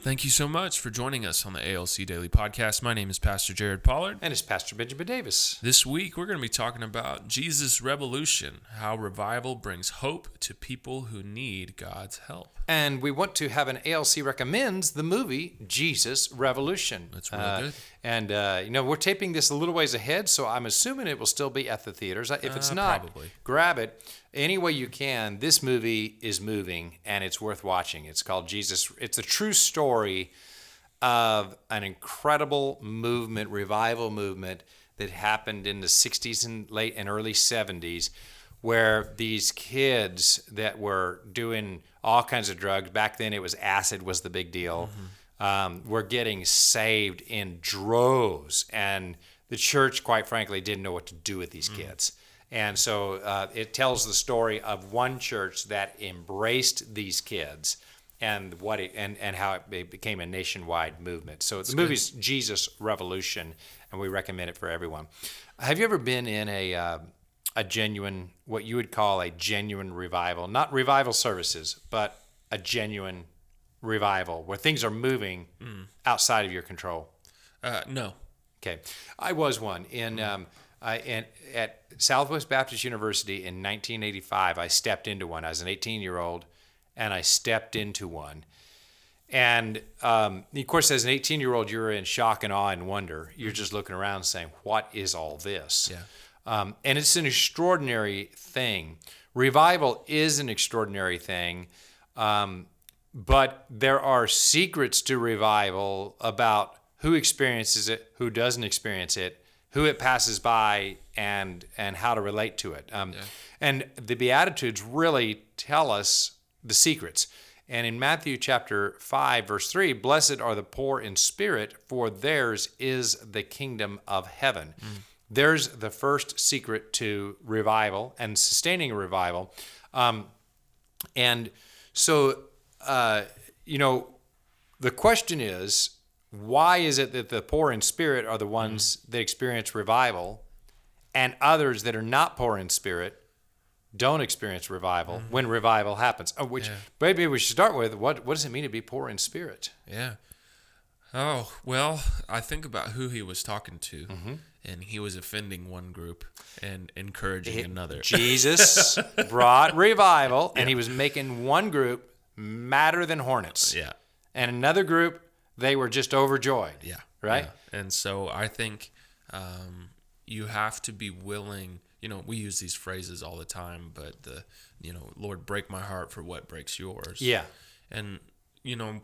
Thank you so much for joining us on the ALC Daily Podcast. My name is Pastor Jared Pollard. And it's Pastor Benjamin Davis. This week, we're going to be talking about Jesus' revolution, how revival brings hope to people who need God's help. And we want to have an ALC recommends the movie Jesus Revolution. That's really Uh, good. And, uh, you know, we're taping this a little ways ahead, so I'm assuming it will still be at the theaters. If it's Uh, not, probably. grab it any way you can. This movie is moving and it's worth watching. It's called Jesus. It's a true story of an incredible movement, revival movement that happened in the 60s and late and early 70s, where these kids that were doing all kinds of drugs back then, it was acid was the big deal. Um, were getting saved in droves, and the church, quite frankly, didn't know what to do with these kids. And so uh, it tells the story of one church that embraced these kids and what it and, and how it be- became a nationwide movement. So the movie's Jesus Revolution, and we recommend it for everyone. Have you ever been in a uh, a genuine what you would call a genuine revival? Not revival services, but a genuine revival where things are moving outside of your control. Uh, no. Okay, I was one in um, I, in at Southwest Baptist University in 1985. I stepped into one. I was an 18 year old, and I stepped into one. And um, of course, as an 18 year old, you're in shock and awe and wonder. You're just looking around saying, What is all this? Yeah. Um, and it's an extraordinary thing. Revival is an extraordinary thing. Um, but there are secrets to revival about who experiences it, who doesn't experience it, who it passes by, and and how to relate to it. Um, And the Beatitudes really tell us the secrets. And in Matthew chapter 5, verse 3, blessed are the poor in spirit, for theirs is the kingdom of heaven. There's the first secret to revival and sustaining a revival. Um, and so, uh, you know, the question is why is it that the poor in spirit are the Mm-hmm. ones that experience revival and others that are not poor in spirit don't experience revival Mm-hmm. when revival happens? Oh, which maybe we should start with what, what does it mean to be poor in spirit? Yeah. Oh, well, I think about who he was talking to, and he was offending one group and encouraging another. Jesus brought revival and he was making one group madder than hornets. yeah. And another group, they were just overjoyed. Yeah. Right? yeah. And so I think um, you have to be willing. You know, we use these phrases all the time, but the, you know, Lord, break my heart for what breaks yours. Yeah. And, you know,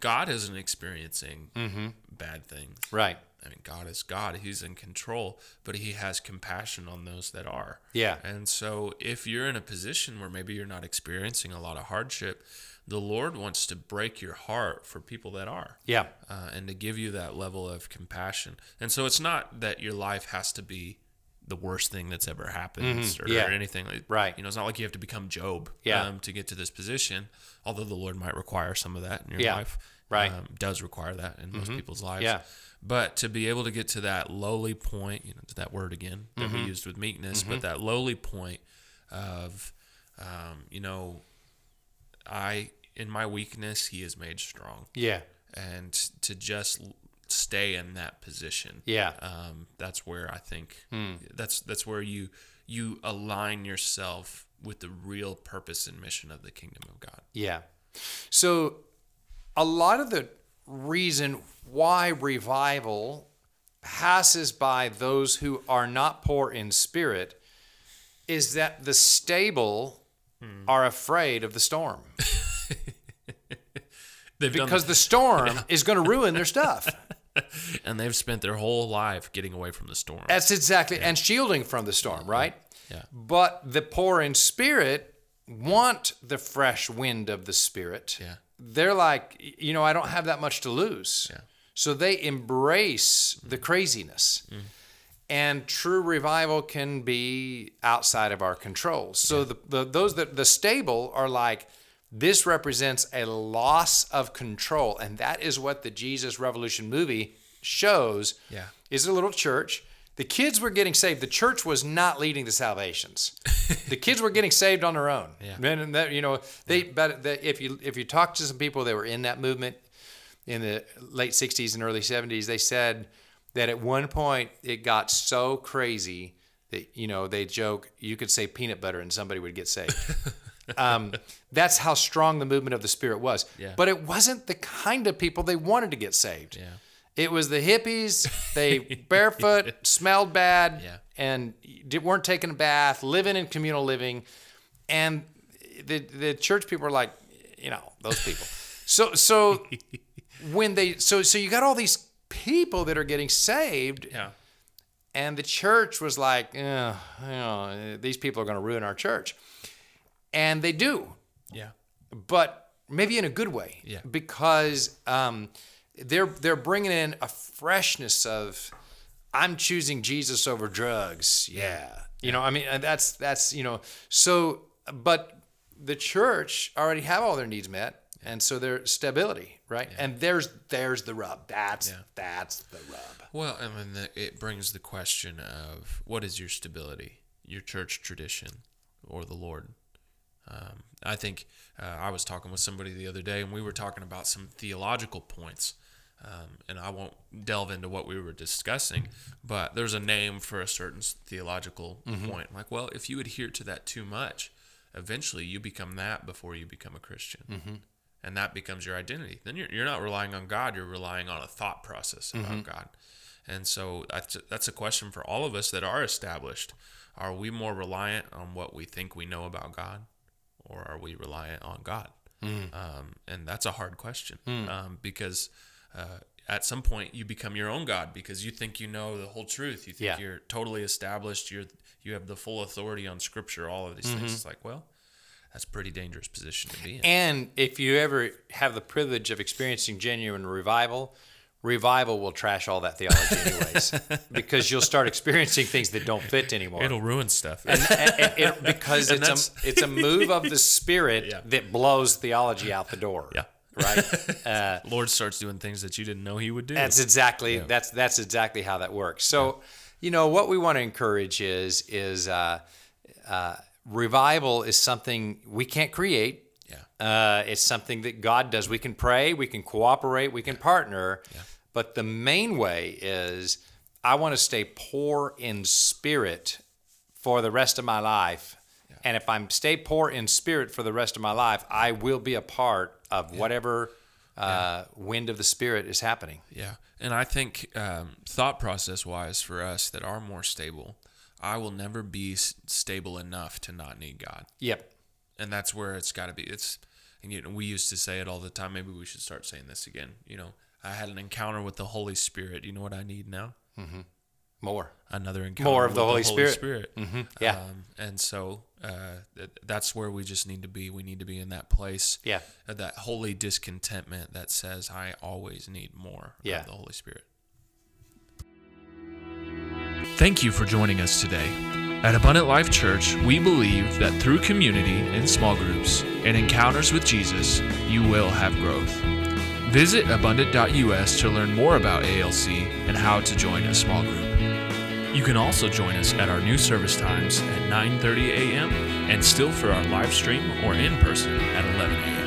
God isn't experiencing bad things. Right. I mean, God is God. He's in control, but He has compassion on those that are. Yeah. And so, if you're in a position where maybe you're not experiencing a lot of hardship, the Lord wants to break your heart for people that are Yeah. uh, and to give you that level of compassion. And so it's not that your life has to be the worst thing that's ever happened or, Mm-hmm. yeah. or anything like Right. You know, it's not like you have to become Job Yeah. um, to get to this position, although the Lord might require some of that in your Yeah. life. Right. Mm-hmm. Um, does require that in most people's lives. Yeah. But to be able to get to that lowly point, you know, to that word again that Mm-hmm. we used with meekness, but that lowly point of, um, you know, I, in my weakness, he is made strong Yeah. and to just l- stay in that position. Yeah. Hmm. Um, that's where I think that's that's where you you align yourself with the real purpose and mission of the kingdom of God. Yeah. So a lot of the reason why revival passes by those who are not poor in spirit is that the stable are afraid of the storm They've because the storm is going to ruin their stuff. done, and they've spent their whole life getting away from the storm. That's exactly and shielding from the storm, right? Yeah. But the poor in spirit want the fresh wind of the spirit. Yeah. They're like, y- you know, I don't have that much to lose. Yeah. Mm-hmm. So they embrace the craziness. and true revival can be outside of our control. So the, the those that the stable are like this represents a loss of control, and that is what the Jesus Revolution movie shows. Yeah. is a little church. The kids were getting saved. The church was not leading the salvations. the kids were getting saved on their own. Yeah. And that, you know, they but the, if you if you talk to some people that were in that movement, in the late 60s and early 70s they said that at one point it got so crazy that you know they joke you could say peanut butter and somebody would get saved um, that's how strong the movement of the spirit was Yeah. but it wasn't the kind of people they wanted to get saved Yeah. it was the hippies they barefoot smelled bad Yeah. and di- weren't taking a bath living in communal living and the, the church people are like you know those people so so when they so so you got all these people that are getting saved Yeah. and the church was like "Ugh, you know, these people are going to ruin our church and they do Yeah. but maybe in a good way Yeah. because um, they're they're bringing in a freshness of i'm choosing jesus over drugs yeah, you know i mean and that's that's you know so but the church already have all their needs met and so their stability right and there's there's the rub that's that's the rub Well, I mean, the, it brings the question of what is your stability, your church tradition, or the Lord? Um, I think uh, I was talking with somebody the other day, and we were talking about some theological points. Um, and I won't delve into what we were discussing, but there's a name for a certain s- theological point. Like, well, if you adhere to that too much, eventually you become that before you become a Christian. And that becomes your identity. Then you're, you're not relying on God, you're relying on a thought process about God. And so that's, that's a question for all of us that are established. Are we more reliant on what we think we know about God? or are we reliant on God? Um, and that's a hard question um, because uh, at some point you become your own God because you think you know the whole truth. You think Yeah. you're totally established. You're you have the full authority on Scripture. All of these things. It's like, well, that's a pretty dangerous position to be in. and if you ever have the privilege of experiencing genuine revival revival will trash all that theology anyways because you'll start experiencing things that don't fit anymore It'll ruin stuff. and, and- and because And it's a, it's a move of the spirit Yeah. that blows theology out the door. yeah, Right. Uh, Lord starts doing things that you didn't know He would do. that's exactly that's that's exactly how that works. So, you know, what we want to encourage is is uh, uh, revival is something we can't create. yeah, Uh, it's something that God does. We can pray, we can cooperate, we can partner. But the main way is I want to stay poor in spirit for the rest of my life. And if I'm stay poor in spirit for the rest of my life, I will be a part of whatever uh, wind of the spirit is happening. yeah. And I think um, thought process wise for us that are more stable, I will never be s- stable enough to not need God. Yep. and that's where it's got to be. It's and you know we used to say it all the time. Maybe we should start saying this again. You know, I had an encounter with the Holy Spirit. You know what I need now? More. Another encounter. More of the with Holy Spirit. Mm-hmm. Yeah. Um, and so uh, th- that's where we just need to be. We need to be in that place. Yeah. uh, That holy discontentment that says I always need more Yeah. of the Holy Spirit. Thank you for joining us today. At Abundant Life Church, we believe that through community and small groups and encounters with Jesus, you will have growth. Visit abundant.us to learn more about ALC and how to join a small group. You can also join us at our new service times at 9:30 a.m. and still for our live stream or in person at 11 a.m.